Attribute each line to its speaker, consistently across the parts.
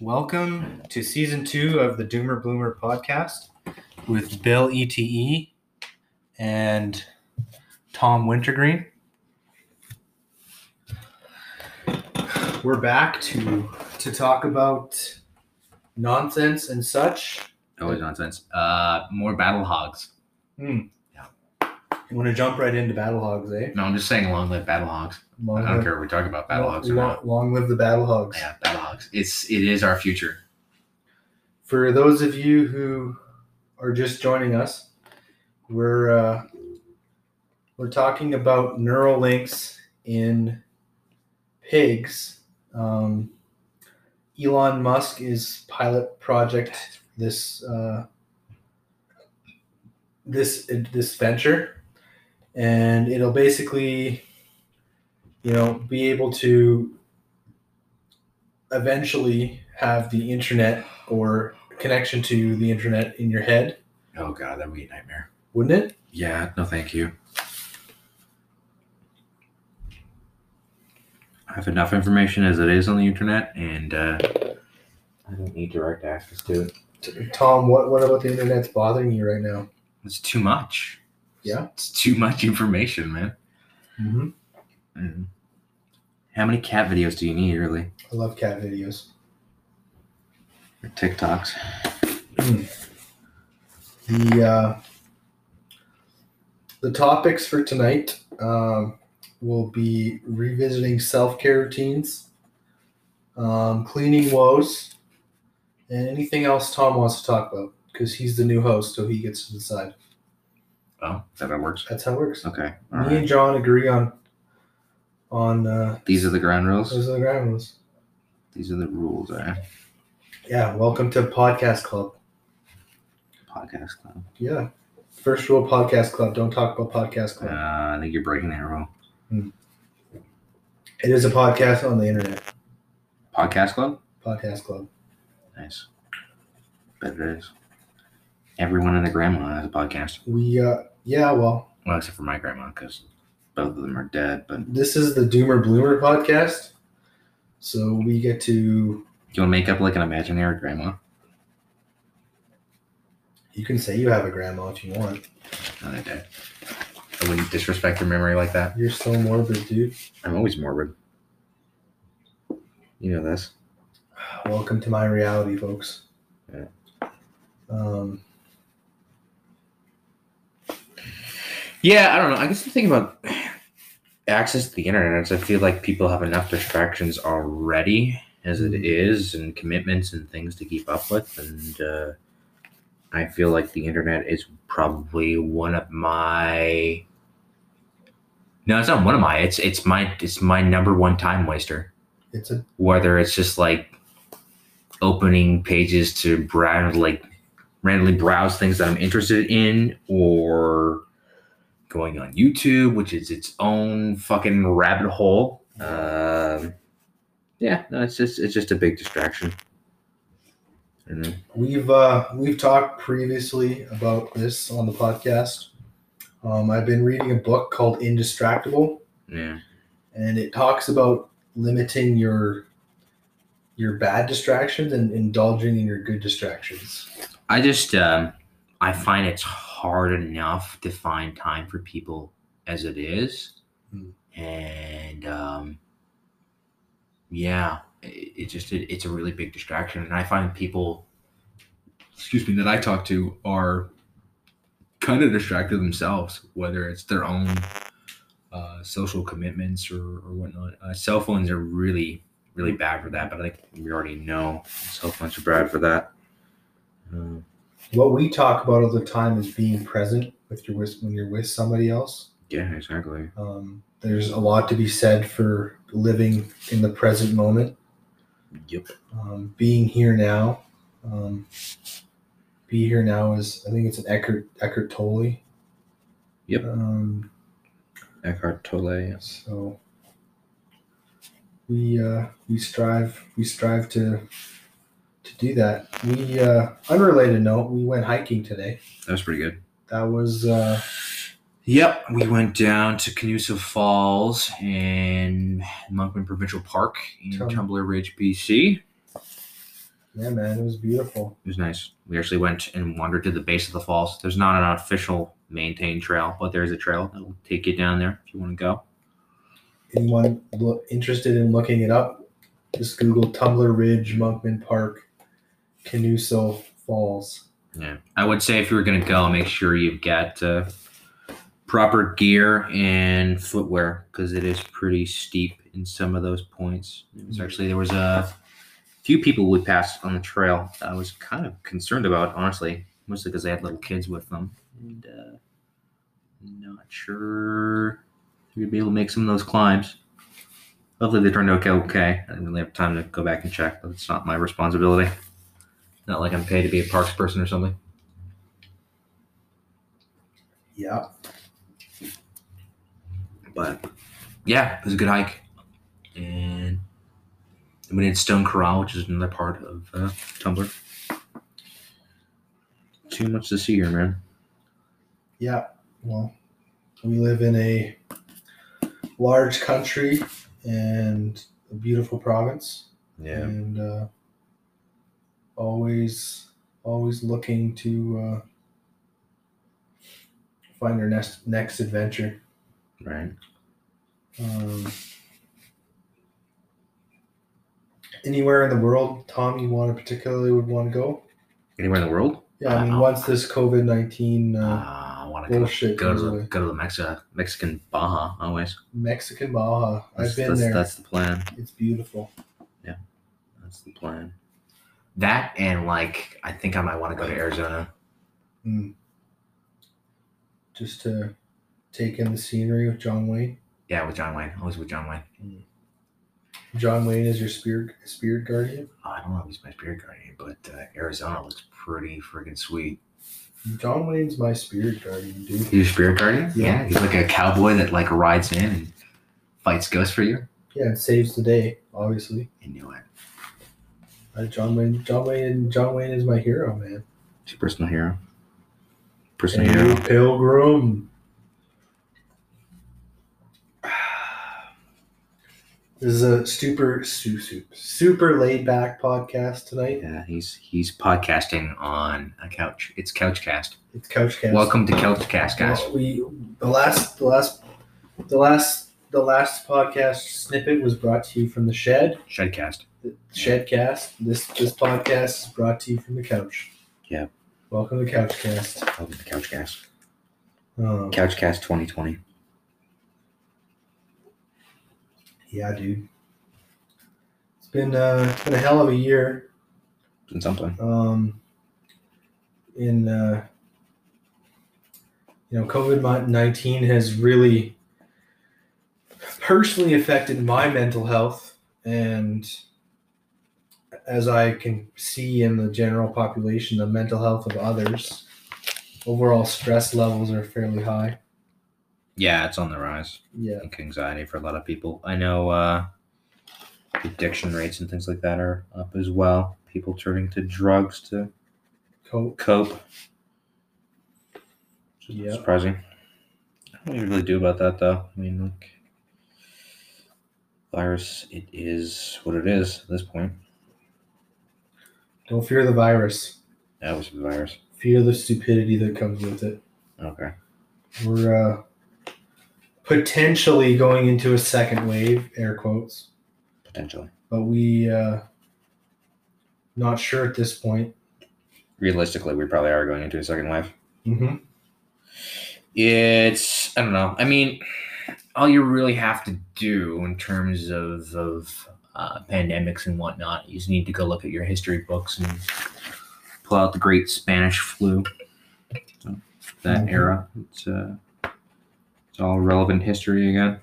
Speaker 1: Welcome to season two of the Doomer Bloomer podcast with Bill ETE and Tom Wintergreen. We're back to to talk about nonsense and such.
Speaker 2: Always nonsense. Uh, more battle hogs.
Speaker 1: You want to jump right into battle hogs, eh?
Speaker 2: No, I'm just saying, long live battle hogs.
Speaker 1: Long
Speaker 2: I don't
Speaker 1: live-
Speaker 2: care if we talk about battle
Speaker 1: long-
Speaker 2: hogs or
Speaker 1: long-
Speaker 2: not.
Speaker 1: long live the battle hogs.
Speaker 2: Yeah, battle hogs. It's it is our future.
Speaker 1: For those of you who are just joining us, we're uh, we're talking about neural links in pigs. Um, Elon Musk is pilot project this uh, this this venture, and it'll basically, you know, be able to eventually have the internet or connection to the internet in your head,
Speaker 2: Oh god, that'd be a nightmare.
Speaker 1: wouldn't it?
Speaker 2: Yeah, no, thank you. I have enough information as it is on the internet, and uh, I don't need direct access to it.
Speaker 1: T- Tom, what what about the internet's bothering you right now?
Speaker 2: It's too much.
Speaker 1: Yeah.
Speaker 2: it's too much information, man.
Speaker 1: Mm-hmm.
Speaker 2: Mhm. How many cat videos do you need, really?
Speaker 1: I love cat videos.
Speaker 2: Or TikToks?
Speaker 1: The uh, the topics for tonight um, will be revisiting self care routines, um, cleaning woes, and anything else Tom wants to talk about because he's the new host, so he gets to decide.
Speaker 2: Oh, is that how it works?
Speaker 1: That's how it works.
Speaker 2: Okay. All
Speaker 1: Me
Speaker 2: right.
Speaker 1: and John agree on on uh,
Speaker 2: These are the ground rules.
Speaker 1: those are the ground rules.
Speaker 2: These are the rules. All right.
Speaker 1: Yeah, welcome to Podcast Club.
Speaker 2: Podcast club.
Speaker 1: Yeah. First rule Podcast Club. Don't talk about Podcast
Speaker 2: Uh,
Speaker 1: Club.
Speaker 2: I think you're breaking that rule.
Speaker 1: It is a podcast on the internet.
Speaker 2: Podcast club.
Speaker 1: Podcast Club.
Speaker 2: Nice. Bet it is. Everyone and their grandma has a podcast.
Speaker 1: We, uh, yeah, well,
Speaker 2: Well, except for my grandma, because both of them are dead. But do
Speaker 1: this is the Doomer Bloomer podcast. So we get to,
Speaker 2: you want to make up like an imaginary grandma?
Speaker 1: you can say you have a grandma if you want.
Speaker 2: No, they're dead. I wouldn't disrespect their memory like that.
Speaker 1: You're so morbid, dude.
Speaker 2: I'm always morbid. You know this.
Speaker 1: Welcome to my reality, folks.
Speaker 2: Yeah.
Speaker 1: Um,
Speaker 2: Yeah, I don't know. I guess the thing about access to the internet is I feel like people have enough distractions already as it is, and commitments and things to keep up with. And uh, I feel like the internet is probably one of my. No, it's not one of my. It's it's my it's my number one time waster
Speaker 1: it's a,
Speaker 2: whether it's just like opening pages to browse like randomly browse things that I'm interested in or going on YouTube, which is its own fucking rabbit hole. Um, yeah, no, it's just it's just a big distraction. And
Speaker 1: We've uh, we've talked previously about this on the podcast. Um, I've been reading a book called Indistractable,
Speaker 2: yeah,
Speaker 1: and it talks about limiting your your bad distractions and indulging in your good distractions.
Speaker 2: I just um, I find it's hard enough to find time for people as it is,
Speaker 1: Hmm.
Speaker 2: and um, yeah, it, it just it, it's a really big distraction, and I find people, excuse me, that I talk to are kind of distracted themselves, whether it's their own uh, social commitments or, or whatnot. Uh, cell phones are really really bad for that, but I think we already know cell phones are bad for that. Um,
Speaker 1: What we talk about all the time is being present with your with, when you're with somebody else.
Speaker 2: Yeah, exactly.
Speaker 1: Um, there's a lot to be said for living in the present moment.
Speaker 2: Yep.
Speaker 1: um, being here now. Um, be here now is I think it's an Eckhart Eckhart Tolle.
Speaker 2: Yep.
Speaker 1: Um,
Speaker 2: Eckhart Tolle.
Speaker 1: so we uh, we strive we strive to to do that. We uh, unrelated note we went hiking today.
Speaker 2: That was pretty good.
Speaker 1: That was uh,
Speaker 2: Yep, we went down to Canusa Falls in Moncton Provincial Park in
Speaker 1: Tum-
Speaker 2: Tumbler Ridge, BC.
Speaker 1: Yeah, man, it was beautiful.
Speaker 2: It was nice. We actually went and wandered to the base of the falls. There's not an official maintained trail, but there's a trail that will take you down there if you want to go.
Speaker 1: Anyone lo- interested in looking it up? Just Google Tumbler Ridge, Monkman Park, Canuso Falls.
Speaker 2: Yeah, I would say if you were going to go, make sure you've got uh, proper gear and footwear because it is pretty steep in some of those points. It was actually there was a few people we passed on the trail. That I was kind of concerned about, honestly, mostly because they had little kids with them, and uh, not sure if you'd be able to make some of those climbs. Hopefully, they turned out okay. I didn't really have time to go back and check, but it's not my responsibility. Not like I'm paid to be a parks person or something.
Speaker 1: Yeah.
Speaker 2: But yeah, it was a good hike. And then we did Stone Corral, which is another part of uh, Tumblr. Too much to see here, man.
Speaker 1: Yeah. Well, we live in a large country and a beautiful province. And uh, always, always looking to uh, find our next next adventure.
Speaker 2: Right.
Speaker 1: Um, anywhere in the world, Tom, you want to particularly would want to go?
Speaker 2: Anywhere in the world?
Speaker 1: Yeah, I mean,
Speaker 2: Uh,
Speaker 1: once this COVID nineteen
Speaker 2: Uh,
Speaker 1: uh,
Speaker 2: I want to go,
Speaker 1: bullshit
Speaker 2: go to
Speaker 1: goes
Speaker 2: the,
Speaker 1: away,
Speaker 2: go to the Mexico, Mexican Baja always.
Speaker 1: Mexican Baja, I've
Speaker 2: That's-
Speaker 1: been
Speaker 2: that's,
Speaker 1: there.
Speaker 2: That's the plan.
Speaker 1: It's beautiful.
Speaker 2: That's the plan. That and like, I think I might want to go to Arizona.
Speaker 1: Mm. Just to take in the scenery with John Wayne.
Speaker 2: Yeah, with John Wayne. Always with John Wayne.
Speaker 1: John Wayne is your spirit spirit guardian.
Speaker 2: I don't know if he's my spirit guardian, but uh, Arizona looks pretty freaking sweet.
Speaker 1: John Wayne's my spirit guardian, dude.
Speaker 2: He's your spirit guardian?
Speaker 1: Yeah.
Speaker 2: he's like a cowboy that like rides in and fights ghosts for you.
Speaker 1: Yeah, it saves the day, obviously.
Speaker 2: I knew it.
Speaker 1: Uh, John Wayne, John Wayne, John Wayne is my hero, man.
Speaker 2: It's your personal hero. Personal
Speaker 1: Hey,
Speaker 2: hero.
Speaker 1: Pilgrim. This is a super, su- su- super laid back podcast tonight.
Speaker 2: Yeah, he's he's podcasting on a couch. It's Couchcast.
Speaker 1: It's Couchcast.
Speaker 2: Welcome to Couchcast, guys.
Speaker 1: Well, We the last, the last, the last, the last podcast snippet was brought to you from the shed.
Speaker 2: Shedcast.
Speaker 1: The Shedcast. This this podcast is brought to you from the couch.
Speaker 2: Yeah.
Speaker 1: Welcome to Couchcast.
Speaker 2: Welcome to Couchcast.
Speaker 1: Um,
Speaker 2: Couchcast 2020.
Speaker 1: yeah, dude. It's been uh, it's been a hell of a year.
Speaker 2: It's been something.
Speaker 1: um, in uh, you know COVID nineteen has really personally affected my mental health, and as I can see in the general population, the mental health of others. Overall stress levels are fairly high.
Speaker 2: Yeah, it's on the rise.
Speaker 1: Yeah,
Speaker 2: like anxiety for a lot of people. I know uh, addiction rates and things like that are up as well. People turning to drugs to
Speaker 1: cope.
Speaker 2: cope.
Speaker 1: Yeah.
Speaker 2: Surprising. What do you really do about that though? I mean, like, virus. It is what it is at this point.
Speaker 1: Don't fear the virus.
Speaker 2: That was the virus.
Speaker 1: Fear the stupidity that comes with it.
Speaker 2: Okay.
Speaker 1: we're uh, potentially going into a second wave, air quotes,
Speaker 2: Potentially.
Speaker 1: but we uh, not sure at this point.
Speaker 2: Realistically, we probably are going into a second wave.
Speaker 1: Mm-hmm.
Speaker 2: It's I don't know. I mean, all you really have to do in terms of of uh, pandemics and whatnot, you just need to go look at your history books and pull out the Great Spanish Flu. So, that
Speaker 1: Mhm.
Speaker 2: era, it's uh, it's all relevant history again.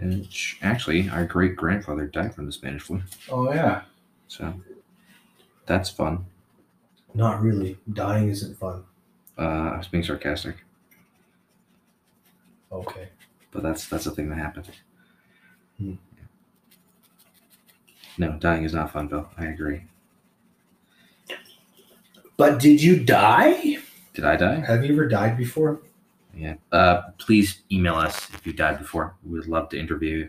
Speaker 2: Which actually, our great grandfather died from the Spanish flu,
Speaker 1: Oh yeah,
Speaker 2: so that's fun.
Speaker 1: not really. Dying isn't fun.
Speaker 2: Uh, I was being sarcastic.
Speaker 1: Okay.
Speaker 2: but that's that's a thing that happened.
Speaker 1: Hmm.
Speaker 2: No, dying is not fun, Bill. I agree.
Speaker 1: But did you die?
Speaker 2: Did I die?
Speaker 1: Have you ever died before?
Speaker 2: Yeah. Uh, please email us if you died before. We'd love to interview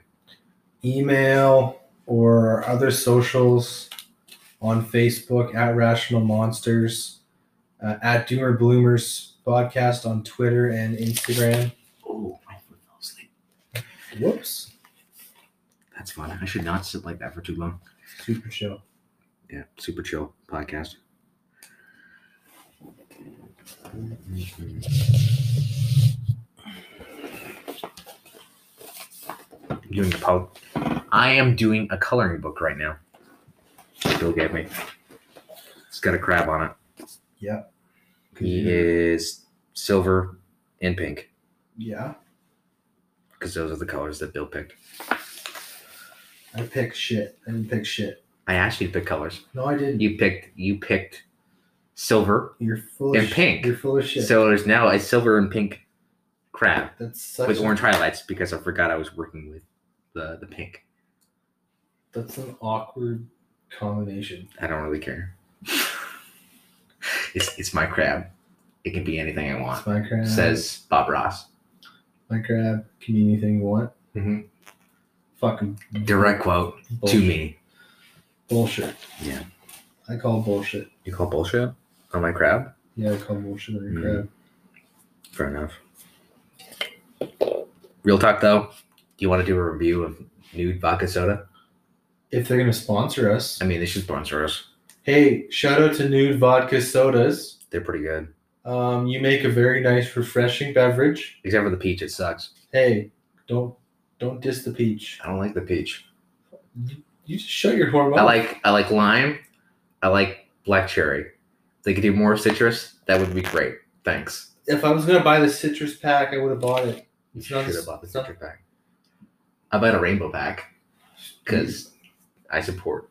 Speaker 2: you.
Speaker 1: Email or other socials. on Facebook at Rational Monsters, uh, at Doomer Bloomers podcast on Twitter and Instagram.
Speaker 2: Oh, my foot fell asleep.
Speaker 1: Whoops,
Speaker 2: That's fun. I should not sit like that for too long.
Speaker 1: super chill.
Speaker 2: Yeah, super chill podcast. Doing a po- I am doing a coloring book right now. Bill gave me. It's got a crab on it.
Speaker 1: Yeah.
Speaker 2: He is silver and pink
Speaker 1: Yeah,
Speaker 2: because those are the colors that Bill picked.
Speaker 1: I picked shit. I didn't pick shit.
Speaker 2: I asked you to pick colors.
Speaker 1: No, I didn't.
Speaker 2: You picked you picked silver,
Speaker 1: You're full
Speaker 2: And
Speaker 1: of sh-
Speaker 2: pink.
Speaker 1: You're full of shit.
Speaker 2: so there's now a silver and pink crab
Speaker 1: that's such
Speaker 2: with
Speaker 1: a-
Speaker 2: orange highlights because I forgot I was working with the the pink.
Speaker 1: That's an awkward combination.
Speaker 2: I don't really care. it's it's my crab. It can be anything I want.
Speaker 1: It's my crab.
Speaker 2: Says Bob Ross.
Speaker 1: my crab. Can be anything you want.
Speaker 2: Mhm.
Speaker 1: Fucking
Speaker 2: Direct quote to
Speaker 1: bullshit.
Speaker 2: me.
Speaker 1: Bullshit.
Speaker 2: Yeah.
Speaker 1: I call bullshit.
Speaker 2: You call bullshit on my crab?
Speaker 1: Yeah, I call bullshit on your
Speaker 2: Mhm.
Speaker 1: crab.
Speaker 2: Fair enough. Real talk though, do you want to do a review of nude vodka soda?
Speaker 1: If they're gonna sponsor us,
Speaker 2: I mean, they should sponsor us.
Speaker 1: hey, shout out to Nude Vodka Sodas.
Speaker 2: They're pretty good,
Speaker 1: Um, you make a very nice, refreshing beverage.
Speaker 2: except for the peach. It sucks.
Speaker 1: Hey, don't don't diss the peach.
Speaker 2: I don't like the peach.
Speaker 1: You just shut your horn
Speaker 2: I
Speaker 1: up.
Speaker 2: like I like lime. I like black cherry. If they could do more citrus. That would be great. Thanks.
Speaker 1: If I was gonna buy the citrus pack, I would have bought it.
Speaker 2: You
Speaker 1: It's not-
Speaker 2: should have bought the
Speaker 1: it's not-
Speaker 2: citrus pack. I bought a rainbow pack because I support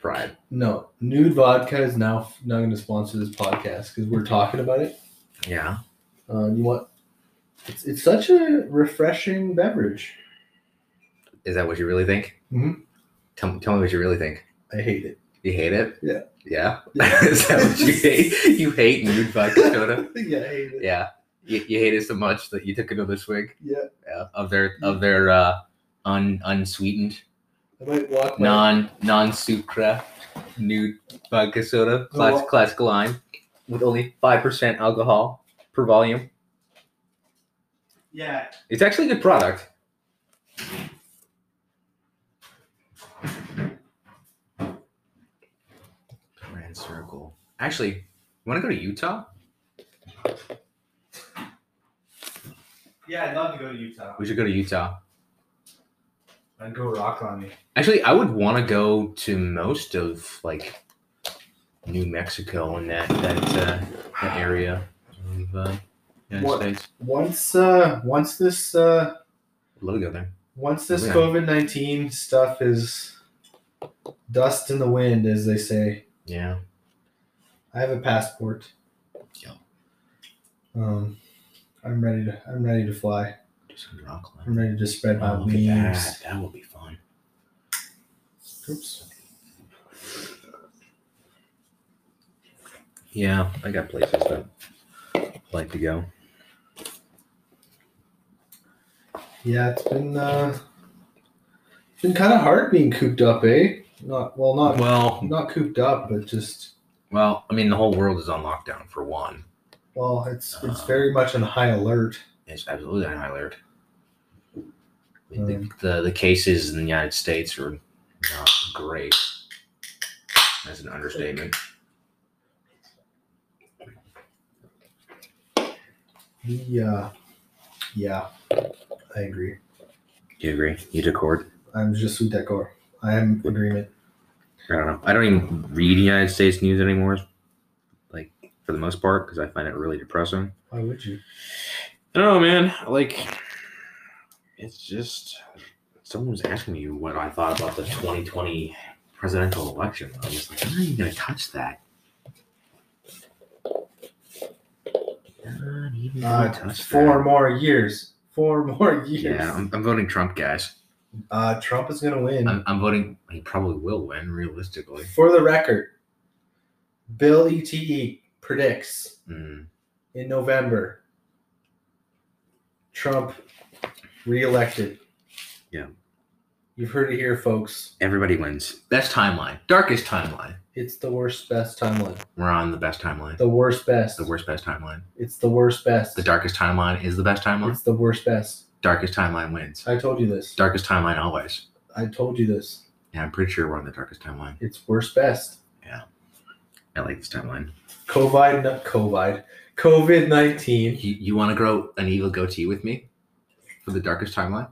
Speaker 2: pride.
Speaker 1: No, Nude Vodka is now not going to sponsor this podcast because we're talking about it.
Speaker 2: Yeah.
Speaker 1: Uh, you want? It's it's such a refreshing beverage.
Speaker 2: Is that what you really think?
Speaker 1: Mhm.
Speaker 2: Tell, tell me what you really think.
Speaker 1: I hate it.
Speaker 2: You hate it?
Speaker 1: Yeah.
Speaker 2: Yeah. Is that what you hate? You hate nude vodka soda?
Speaker 1: yeah, I hate it.
Speaker 2: Yeah. You, you hate it so much that you took another swig.
Speaker 1: Yeah,
Speaker 2: uh, of their of their uh, un unsweetened
Speaker 1: I might walk. my-
Speaker 2: non non sucra nude vodka soda class,
Speaker 1: Oh.
Speaker 2: classical lime with only five percent alcohol per volume.
Speaker 1: Yeah,
Speaker 2: It's actually a good product. Grand Circle. Actually, want to go to Utah?
Speaker 1: yeah, I'd love to go to Utah.
Speaker 2: We should go to Utah.
Speaker 1: I'd go rock climbing.
Speaker 2: Actually, I would want to go to most of like New Mexico and that that uh, that area of uh, United
Speaker 1: What?
Speaker 2: States.
Speaker 1: Once uh, once this uh,
Speaker 2: I'd love to go there.
Speaker 1: once this
Speaker 2: Oh, Yeah.
Speaker 1: COVID nineteen stuff is dust in the wind, as they say.
Speaker 2: Yeah,
Speaker 1: I have a passport.
Speaker 2: Yeah.
Speaker 1: Um, I'm ready to I'm ready to fly.
Speaker 2: do some rock climbing.
Speaker 1: I'm ready to spread my
Speaker 2: Oh, look at that.
Speaker 1: wings.
Speaker 2: That will be fun.
Speaker 1: Oops.
Speaker 2: Yeah, I got places that I'd like to go.
Speaker 1: Yeah, it's been uh, it's been kind of hard being cooped up, eh? Not well, not
Speaker 2: Well,
Speaker 1: not cooped up, but just
Speaker 2: well, I mean, the whole world is on lockdown for one.
Speaker 1: well, it's it's very
Speaker 2: Uh-huh.
Speaker 1: much on high alert.
Speaker 2: It's absolutely on high alert. I mean,
Speaker 1: Um.
Speaker 2: the, the the cases in the United States are not great. That's an understatement.
Speaker 1: The uh, yeah, I agree.
Speaker 2: Do you agree? You accord?
Speaker 1: I'm just sous d'accord. I am in agreement.
Speaker 2: I don't know. I don't even read United States news anymore, like for the most part, because I find it really depressing.
Speaker 1: Why would you?
Speaker 2: I don't know, man. Like, it's just someone was asking me what I thought about the 2020 presidential election. I was like, I'm not even gonna touch that. Not even gonna
Speaker 1: Uh,
Speaker 2: touch
Speaker 1: four
Speaker 2: that.
Speaker 1: more years. Four more years.
Speaker 2: Yeah, I'm, I'm voting Trump, guys.
Speaker 1: Uh, Trump is gonna win.
Speaker 2: I'm, I'm voting. He probably will win, realistically.
Speaker 1: For the record, Bill Ete predicts
Speaker 2: Mm,
Speaker 1: in November, Trump reelected.
Speaker 2: Yeah.
Speaker 1: You You've heard it here, folks.
Speaker 2: Everybody wins. Best timeline. Darkest timeline.
Speaker 1: It's the worst best timeline.
Speaker 2: We're on the best timeline.
Speaker 1: The worst best.
Speaker 2: The worst best timeline.
Speaker 1: It's the worst best.
Speaker 2: The darkest timeline is the best timeline.
Speaker 1: It's the worst best.
Speaker 2: Darkest timeline wins.
Speaker 1: I told you this.
Speaker 2: Darkest timeline always.
Speaker 1: I told you this.
Speaker 2: Yeah, I'm pretty sure we're on the darkest timeline.
Speaker 1: It's worst best.
Speaker 2: I like this timeline.
Speaker 1: COVID, not COVID. COVID nineteen.
Speaker 2: You, you want to grow an evil goatee with me for the darkest timeline?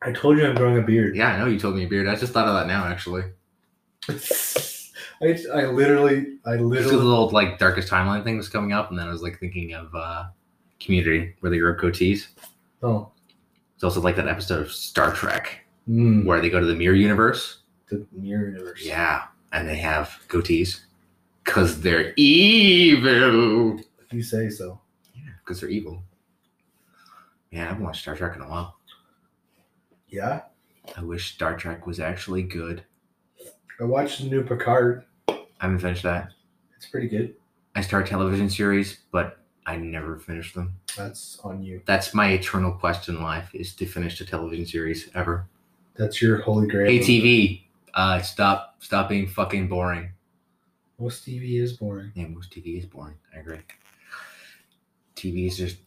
Speaker 1: I told you I'm growing a beard.
Speaker 2: Yeah, I know you told me a beard. I just thought of that now, actually.
Speaker 1: I, I literally, I
Speaker 2: This is a
Speaker 1: literally.
Speaker 2: little like darkest timeline thing that's coming up, and then I was like thinking of uh, Community where they grow goatees.
Speaker 1: Oh.
Speaker 2: It's also like that episode of Star Trek
Speaker 1: Mm,
Speaker 2: where they go to the mirror universe.
Speaker 1: the mirror universe.
Speaker 2: Yeah, and they have goatees because they're evil.
Speaker 1: If you say so.
Speaker 2: Yeah, because they're evil. Man, I haven't watched Star Trek in a while.
Speaker 1: Yeah.
Speaker 2: I wish Star Trek was actually good.
Speaker 1: I watched the new Picard.
Speaker 2: I haven't finished that.
Speaker 1: It's pretty good.
Speaker 2: I start television series, but I never finish them.
Speaker 1: That's on you.
Speaker 2: That's my eternal quest in life is to finish a television series ever.
Speaker 1: That's your holy grail.
Speaker 2: Hey TV, uh, stop stop being fucking boring.
Speaker 1: Most TV is boring.
Speaker 2: Yeah, most TV is boring. I agree. TV is just a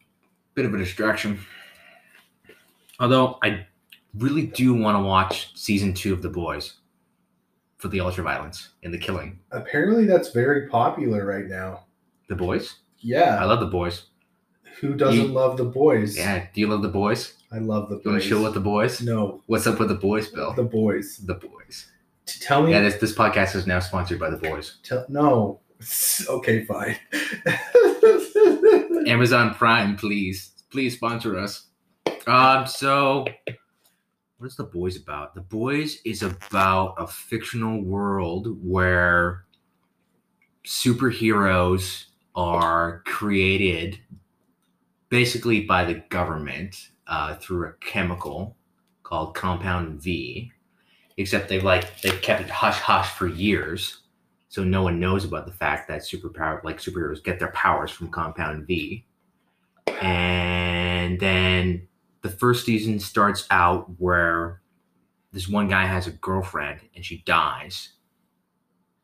Speaker 2: bit of a distraction. Although I really do want to watch season two of The Boys for the ultraviolence and the killing.
Speaker 1: Apparently, that's very popular right now.
Speaker 2: The Boys? I
Speaker 1: Yeah.
Speaker 2: love The Boys.
Speaker 1: Who doesn't
Speaker 2: You-
Speaker 1: love the boys?
Speaker 2: Yeah, do you love The Boys?
Speaker 1: I love the boys.
Speaker 2: You want to chill with The Boys?
Speaker 1: No,
Speaker 2: What's up with The Boys, Bill?
Speaker 1: the boys.
Speaker 2: The Boys.
Speaker 1: T- tell me.
Speaker 2: Yeah, this, this podcast is now sponsored by The Boys.
Speaker 1: tell, no. okay, fine.
Speaker 2: Amazon Prime, please. Please sponsor us. Um, so what is The Boys about? The Boys is about a fictional world where superheroes are created basically by the government uh, through a chemical called Compound V. Except they've like they've kept it hush hush for years, so no one knows about the fact that superpower like superheroes get their powers from Compound V. And then the first season starts out where this one guy has a girlfriend and she dies,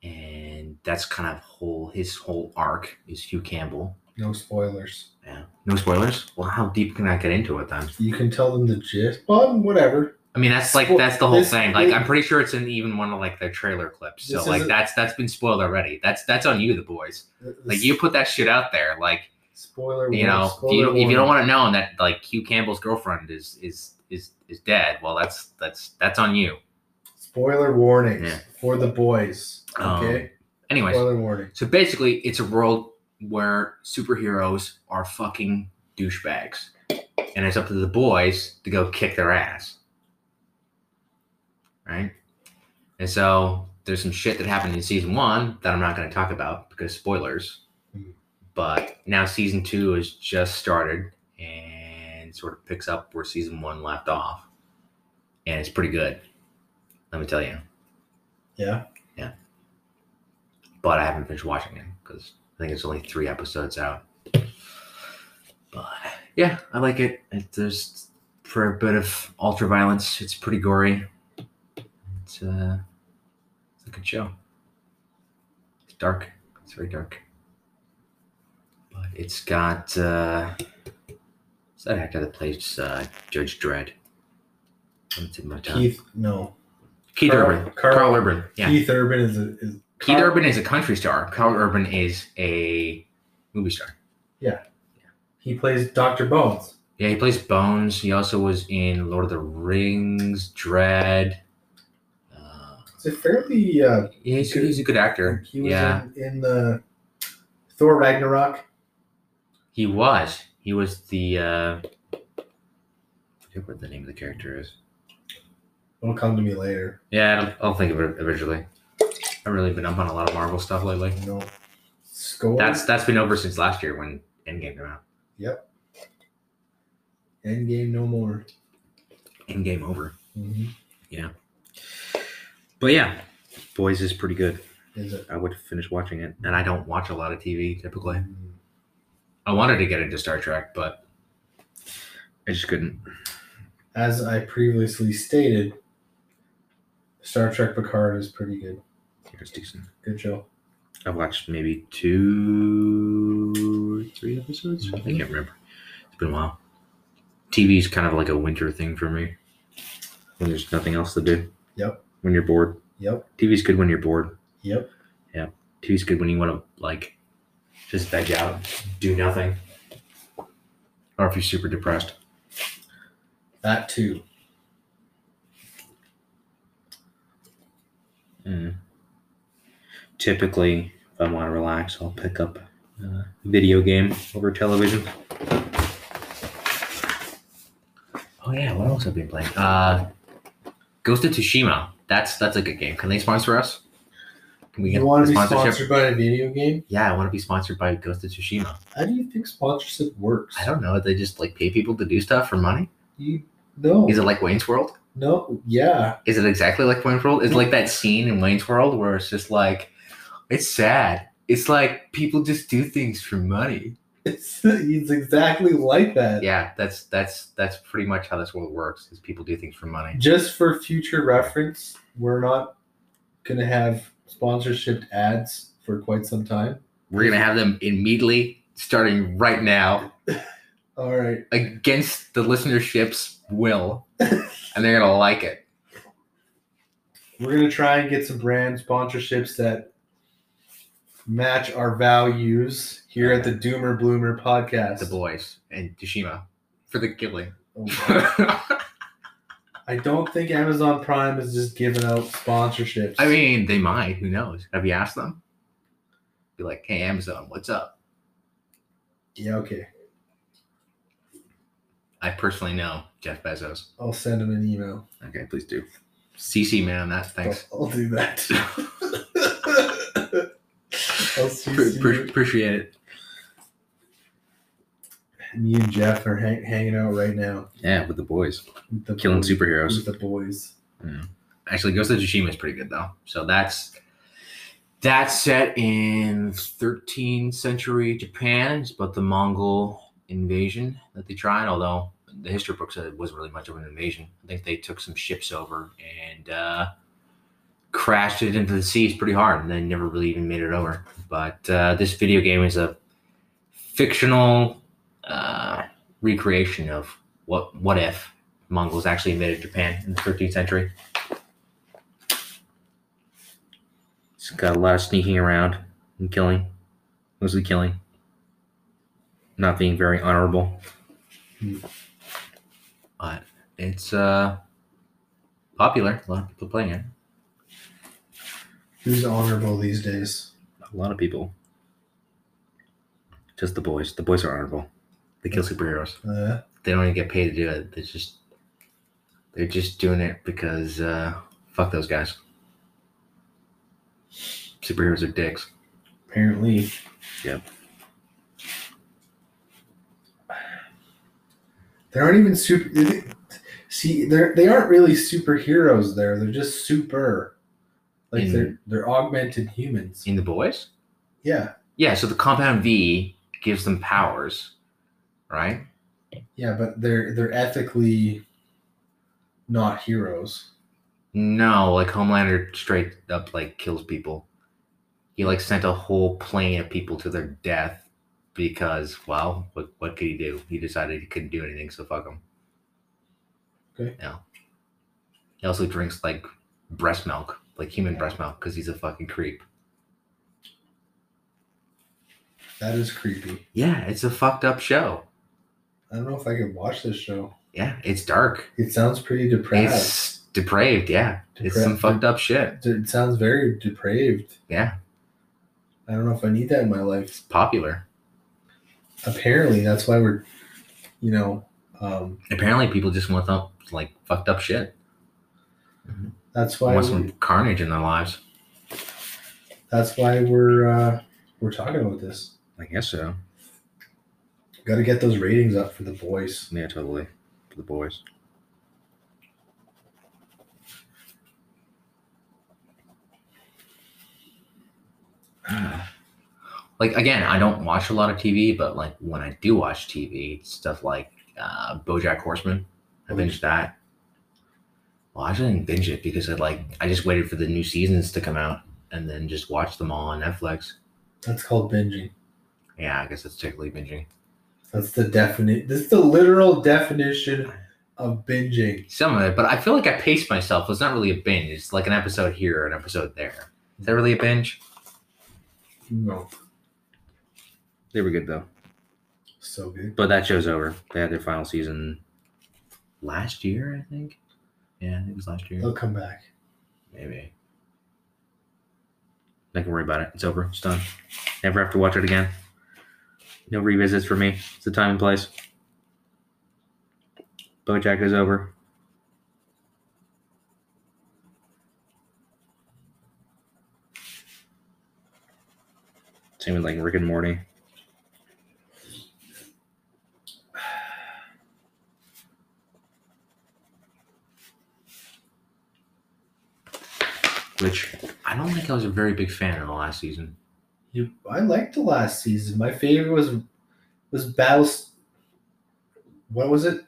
Speaker 2: and that's kind of whole his whole arc is Hugh Campbell.
Speaker 1: no spoilers.
Speaker 2: Yeah. No spoilers. Well, how deep can I get into it then?
Speaker 1: You can tell them the gist. Well, whatever.
Speaker 2: I mean, that's like
Speaker 1: Spo-
Speaker 2: that's the whole
Speaker 1: this-
Speaker 2: thing. Like,
Speaker 1: this-
Speaker 2: I'm pretty sure it's in even one of like their trailer clips. So
Speaker 1: This
Speaker 2: like
Speaker 1: isn't-
Speaker 2: that's that's been spoiled already. That's that's on you, the boys. Like you put that shit out there. Like
Speaker 1: Spoiler.
Speaker 2: you
Speaker 1: warning,
Speaker 2: know, if
Speaker 1: Spoiler
Speaker 2: you, if you don't
Speaker 1: warning.
Speaker 2: want to know that like Hugh Campbell's girlfriend is is is is dead, well, that's that's that's on you.
Speaker 1: Spoiler warnings
Speaker 2: Yeah.
Speaker 1: for the boys.
Speaker 2: Um,
Speaker 1: Okay.
Speaker 2: Anyways,
Speaker 1: Spoiler warning.
Speaker 2: So basically, it's a world where superheroes are fucking douchebags, and it's up to the boys to go kick their ass, right? And so there's some shit that happened in season one that I'm not going to talk about because spoilers.
Speaker 1: Mhm.
Speaker 2: But now season two has just started and sort of picks up where season one left off, and it's pretty good. Let me tell you.
Speaker 1: Yeah.
Speaker 2: but I haven't finished watching it because I think it's only three episodes out. But yeah, I like it. it there's for a bit of ultra violence. It's pretty gory. It's, uh, it's a good show. It's dark. It's very dark. But it's got uh, it's that actor that plays uh, Judge Dredd. I'm gonna take my time. Keith,
Speaker 1: Keith. No. Carl-
Speaker 2: Urban.
Speaker 1: Carl-
Speaker 2: Carl, Urban. Yeah.
Speaker 1: Keith Urban is a, is
Speaker 2: Keith
Speaker 1: Carl-
Speaker 2: Urban is a country star. Carl Urban is a movie star.
Speaker 1: He plays Doctor Bones.
Speaker 2: Yeah, he plays Bones. He also was in Lord of the Rings, Dread. Uh,
Speaker 1: It's a fairly. Uh,
Speaker 2: yeah, he's, he's a good actor.
Speaker 1: he was
Speaker 2: yeah,
Speaker 1: in, in the Thor Ragnarok.
Speaker 2: he was. He was the. Uh, I forget what the name of the character is.
Speaker 1: It'll come to me later.
Speaker 2: Yeah, I'll, I'll think of it eventually. I've really been up on a lot of Marvel stuff lately.
Speaker 1: You know, score
Speaker 2: That's that's been over since last year when Endgame came out.
Speaker 1: Endgame no more.
Speaker 2: Endgame over.
Speaker 1: hmm
Speaker 2: But yeah, Boys is pretty good.
Speaker 1: Mm-hmm. Is it?
Speaker 2: I would finish watching it, and I don't watch a lot of TV typically.
Speaker 1: Mm.
Speaker 2: I wanted to get into Star Trek, but I just couldn't.
Speaker 1: As I previously stated, Star Trek Picard is pretty good.
Speaker 2: It was decent.
Speaker 1: Good show.
Speaker 2: I watched maybe two or three episodes. I can't remember. It's been a while. TV is kind of like a winter thing for me. When there's nothing else to do.
Speaker 1: Yep.
Speaker 2: When you're bored.
Speaker 1: Yep.
Speaker 2: TV's good when you're bored.
Speaker 1: Yep.
Speaker 2: TV's good when you want to like just veg out, do nothing. Or if you're super depressed.
Speaker 1: That too.
Speaker 2: Mm. Typically, if I want to relax, I'll pick up a video game over television. Oh yeah, what else have we been playing? Uh, Ghost of Tsushima. That's that's a good game. Can they sponsor us? Can we
Speaker 1: You
Speaker 2: a
Speaker 1: want to be sponsored by a video game?
Speaker 2: Yeah, I want to be sponsored by Ghost of Tsushima.
Speaker 1: How do you think sponsorship works?
Speaker 2: I don't know. They just like pay people to do stuff for money.
Speaker 1: You no.
Speaker 2: Is it like Wayne's World?
Speaker 1: no. Yeah.
Speaker 2: Is it exactly like Wayne's World? It's like that scene in Wayne's World where it's just like, it's sad. It's like people just do things for money.
Speaker 1: It's it's exactly like that.
Speaker 2: Yeah, that's that's that's pretty much how this world works. Is people do things for money.
Speaker 1: Just for future reference, we're not gonna have sponsorship ads for quite some time.
Speaker 2: We're gonna have them immediately, starting right now,
Speaker 1: All right.
Speaker 2: against the listenership's will, and they're gonna like it.
Speaker 1: We're gonna try and get some brand sponsorships that match our values here at the Doomer Bloomer podcast.
Speaker 2: The boys and Tsushima for the killing.
Speaker 1: Oh, I don't think Amazon Prime is just giving out sponsorships.
Speaker 2: I mean, they might. Who knows? Have you asked them? Be like, hey, Amazon, what's up?
Speaker 1: yeah, okay.
Speaker 2: I personally know Jeff Bezos.
Speaker 1: I'll send them an email.
Speaker 2: Okay, please do. CC man on that. Thanks.
Speaker 1: I'll, I'll do that. I'll see
Speaker 2: Pre- pre-
Speaker 1: you.
Speaker 2: appreciate it.
Speaker 1: Me and Jeff are hang- hanging out right now.
Speaker 2: Yeah, with the boys.
Speaker 1: with The
Speaker 2: Killing
Speaker 1: boys,
Speaker 2: superheroes.
Speaker 1: with the boys.
Speaker 2: Actually, Ghost of Tsushima is pretty good though. So that's that's set in 13th century Japan. It's about the Mongol invasion that they tried. Although the history book said it wasn't really much of an invasion. I think they took some ships over and uh, crashed it into the seas pretty hard, and then never really even made it over. But uh, this video game is a fictional uh, recreation of what what if Mongols actually invaded Japan in the 13th century. It's got a lot of sneaking around and killing, mostly killing, not being very honorable.
Speaker 1: Hmm.
Speaker 2: But it's uh popular. A lot of people playing it.
Speaker 1: Who's honorable these days?
Speaker 2: A lot of people. Just the boys. The boys are honorable. They kill superheroes.
Speaker 1: Uh,
Speaker 2: They don't even get paid to do it. They just they're just doing it because uh fuck those guys. Superheroes are dicks.
Speaker 1: apparently.
Speaker 2: Yep.
Speaker 1: They aren't even super. See, they're they aren't really superheroes. There, they're just super. Like
Speaker 2: In-
Speaker 1: they're they're augmented humans.
Speaker 2: In the boys?
Speaker 1: Yeah,
Speaker 2: Yeah, so the compound V gives them powers, right?
Speaker 1: yeah, but they're they're ethically not heroes.
Speaker 2: No, like Homelander straight up like kills people. He like sent a whole plane of people to their death because, well, what what could he do? He decided he couldn't do anything, so fuck him.
Speaker 1: Okay.
Speaker 2: Yeah. He also drinks like breast milk, like human breast milk, because he's a fucking creep.
Speaker 1: That is creepy.
Speaker 2: Yeah, it's a fucked up show.
Speaker 1: I don't know if I could watch this show.
Speaker 2: Yeah, it's dark.
Speaker 1: It sounds pretty depraved.
Speaker 2: It's depraved. Yeah, it's
Speaker 1: Depra-
Speaker 2: some fucked up shit.
Speaker 1: it sounds very depraved.
Speaker 2: Yeah,
Speaker 1: I don't know if I need that in my life.
Speaker 2: it's popular.
Speaker 1: apparently that's why we're you know um
Speaker 2: apparently people just want up like fucked up shit.
Speaker 1: that's why
Speaker 2: Want
Speaker 1: we,
Speaker 2: some carnage in their lives.
Speaker 1: that's why we're uh we're talking about this
Speaker 2: I guess so.
Speaker 1: got to get those ratings up for the boys
Speaker 2: Yeah, totally. For the boys. Like again, I don't watch a lot of TV, but like when I do watch TV, it's stuff like uh, BoJack Horseman. I
Speaker 1: Oh,
Speaker 2: binge that. Well, I didn't binge it because I like I just waited for the new seasons to come out and then just watched them all on Netflix.
Speaker 1: That's called binging.
Speaker 2: Yeah, I guess that's technically binging.
Speaker 1: That's the definite. This is the literal definition of binging.
Speaker 2: Some of it, but I feel like I paced myself. It's not really a binge. It's like an episode here, an episode there. Is that really a binge?
Speaker 1: No,
Speaker 2: They were good though.
Speaker 1: so good.
Speaker 2: But that show's over. They had their final season last year, I think. Yeah, I think it was last year.
Speaker 1: They'll come back.
Speaker 2: Maybe. Not gonna worry about it. It's over. It's done. Never have to watch it again. No revisits for me. It's the time and place. Bojack is over. Same with like Rick and Morty. Which I don't think I was a very big fan of the last season.
Speaker 1: You, I liked the last season. My favorite was was Battle. What was it?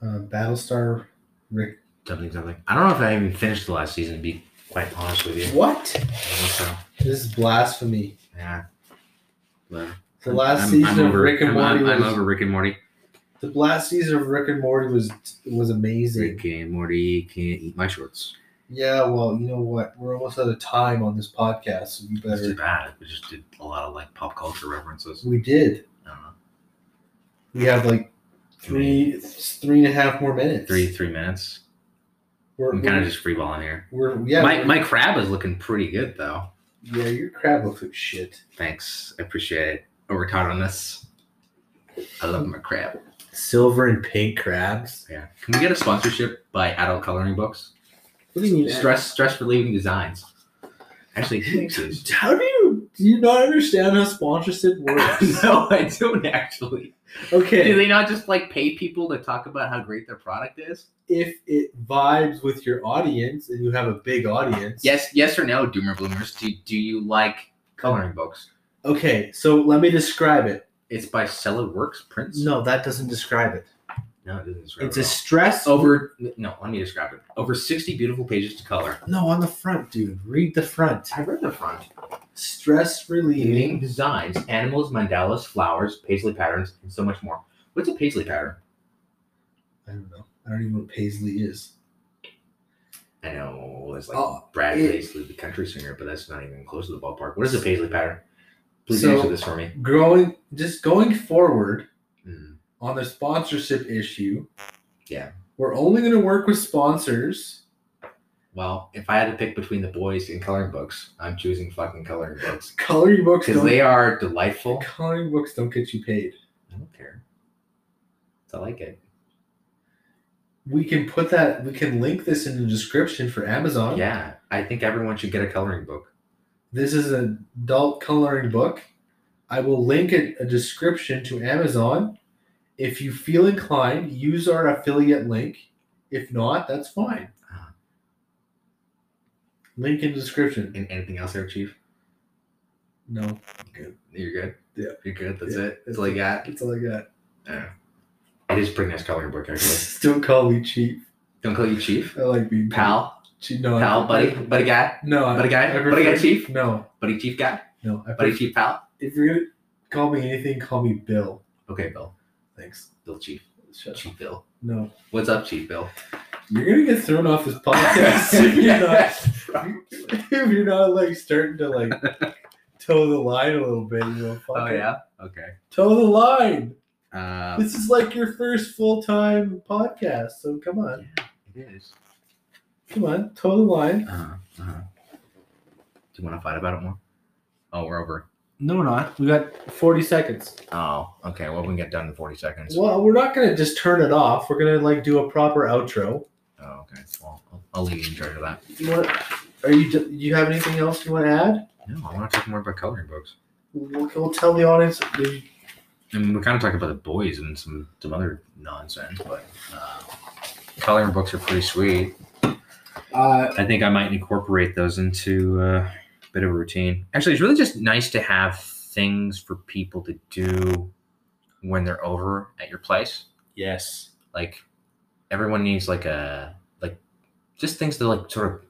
Speaker 1: Uh, Battlestar Rick.
Speaker 2: Something, something. I don't know if I even finished the last season, to be quite honest with you.
Speaker 1: What?
Speaker 2: I don't think so.
Speaker 1: This is blasphemy.
Speaker 2: Yeah. But
Speaker 1: The last season of Rick and
Speaker 2: I'm-
Speaker 1: Morty
Speaker 2: I'm, I'm
Speaker 1: was
Speaker 2: over Rick and Morty.
Speaker 1: the last season of Rick and Morty was was amazing.
Speaker 2: Rick and Morty can't eat my shorts.
Speaker 1: Yeah, well, you know what? We're almost out of time on this podcast, so you
Speaker 2: It's too
Speaker 1: better.
Speaker 2: bad. We just did a lot of like pop culture references.
Speaker 1: We did.
Speaker 2: I don't know.
Speaker 1: We have like three, three and a half more minutes.
Speaker 2: Three three minutes.
Speaker 1: We're,
Speaker 2: I'm
Speaker 1: we're,
Speaker 2: kind of just freeballing here.
Speaker 1: we're yeah.
Speaker 2: my
Speaker 1: we're-
Speaker 2: my crab is looking pretty good though.
Speaker 1: yeah, your crab looks like shit.
Speaker 2: Thanks. I appreciate it. I worked hard on this. I love my crab.
Speaker 1: Silver and pink crabs.
Speaker 2: Yeah. Can we get a sponsorship by adult coloring books?
Speaker 1: What do you mean?
Speaker 2: Stress stress relieving designs. Actually, who makes these?
Speaker 1: How do you do you not understand how sponsorship works?
Speaker 2: no, I don't actually. Do
Speaker 1: okay,
Speaker 2: they not just like pay people to talk about how great their product is?
Speaker 1: if it vibes with your audience and you have a big audience,
Speaker 2: Yes, yes or no, Doomer Bloomers. Do, do you like coloring books?
Speaker 1: Okay, so let me describe it.
Speaker 2: It's by Seller Works Prints.
Speaker 1: No, that doesn't describe it.
Speaker 2: no, it doesn't describe
Speaker 1: It's
Speaker 2: it
Speaker 1: a
Speaker 2: at all.
Speaker 1: stress.
Speaker 2: over. No, let me describe it. Over sixty beautiful pages to color.
Speaker 1: No, on the front, dude. Read the front.
Speaker 2: I read the front.
Speaker 1: Stress
Speaker 2: Unique
Speaker 1: relieving.
Speaker 2: designs, animals, mandalas, flowers, paisley patterns, and so much more. What's a paisley pattern?
Speaker 1: I don't know. I don't even know what paisley is.
Speaker 2: I know it's like
Speaker 1: Oh,
Speaker 2: Brad
Speaker 1: it-
Speaker 2: Paisley, the country singer, but that's not even close to the ballpark. What is a paisley pattern? Please
Speaker 1: So-
Speaker 2: answer this for me.
Speaker 1: Growing, just going forward
Speaker 2: Mm.
Speaker 1: on the sponsorship issue.
Speaker 2: Yeah.
Speaker 1: We're only going to work with sponsors.
Speaker 2: Well, if I had to pick between the boys and coloring books, I'm choosing fucking coloring books
Speaker 1: Coloring books
Speaker 2: because
Speaker 1: don't.
Speaker 2: they are delightful.
Speaker 1: coloring books don't get you paid.
Speaker 2: I don't care. I like it.
Speaker 1: We can put that. We can link this in the description for Amazon.
Speaker 2: Yeah, I think everyone should get a coloring book.
Speaker 1: This is an adult coloring book. I will link a, a description to Amazon. If you feel inclined, use our affiliate link. If not, that's fine.
Speaker 2: Ah.
Speaker 1: Link in description.
Speaker 2: And anything else there, Chief?
Speaker 1: No,
Speaker 2: Good. You're good.
Speaker 1: Yeah.
Speaker 2: you're good. That's
Speaker 1: Yeah.
Speaker 2: it. That's all I got.
Speaker 1: that's all I got.
Speaker 2: Yeah. It is a pretty nice coloring book, actually.
Speaker 1: Don't call me cheap.
Speaker 2: Don't call you Chief,
Speaker 1: I like being
Speaker 2: pal,
Speaker 1: Cheap. No, I-
Speaker 2: pal, buddy, buddy guy,
Speaker 1: No, I-
Speaker 2: buddy
Speaker 1: I
Speaker 2: guy,
Speaker 1: prefer-
Speaker 2: buddy guy, Chief,
Speaker 1: No,
Speaker 2: buddy Chief guy,
Speaker 1: no. I
Speaker 2: buddy
Speaker 1: prefer-
Speaker 2: Chief pal.
Speaker 1: if you're gonna call me anything, call me Bill.
Speaker 2: Okay, Bill,
Speaker 1: Thanks.
Speaker 2: Bill Chief,
Speaker 1: Shut up.
Speaker 2: Chief Bill.
Speaker 1: No,
Speaker 2: What's up, Chief Bill?
Speaker 1: you're gonna get thrown off this podcast if you're not if you're not like starting to like toe the line a little bit, you know. fuck
Speaker 2: Oh
Speaker 1: it.
Speaker 2: yeah. Okay.
Speaker 1: toe the line.
Speaker 2: Uh,
Speaker 1: This is like your first full time podcast, so come
Speaker 2: yeah,
Speaker 1: on,
Speaker 2: it is.
Speaker 1: come on, toe the line.
Speaker 2: Uh-huh. uh-huh. Do you want to fight about it more? Oh, we're over.
Speaker 1: No, we're not. We got forty seconds.
Speaker 2: Oh, okay. Well, we can get done in 40 seconds.
Speaker 1: Well, we're not gonna just turn it off. We're gonna like do a proper outro.
Speaker 2: Oh, okay. Well, I'll, I'll leave you in charge of that.
Speaker 1: You want? Are you? Do you have anything else you want to add?
Speaker 2: No, I want to talk more about coloring books.
Speaker 1: We'll, we'll tell the audience.
Speaker 2: I mean, we kind of talked about the boys and some, some other nonsense, but uh, coloring books are pretty sweet.
Speaker 1: Uh,
Speaker 2: I think I might incorporate those into uh, a bit of a routine. Actually, it's really just nice to have things for people to do when they're over at your place.
Speaker 1: yes.
Speaker 2: like everyone needs like a just things to like sort of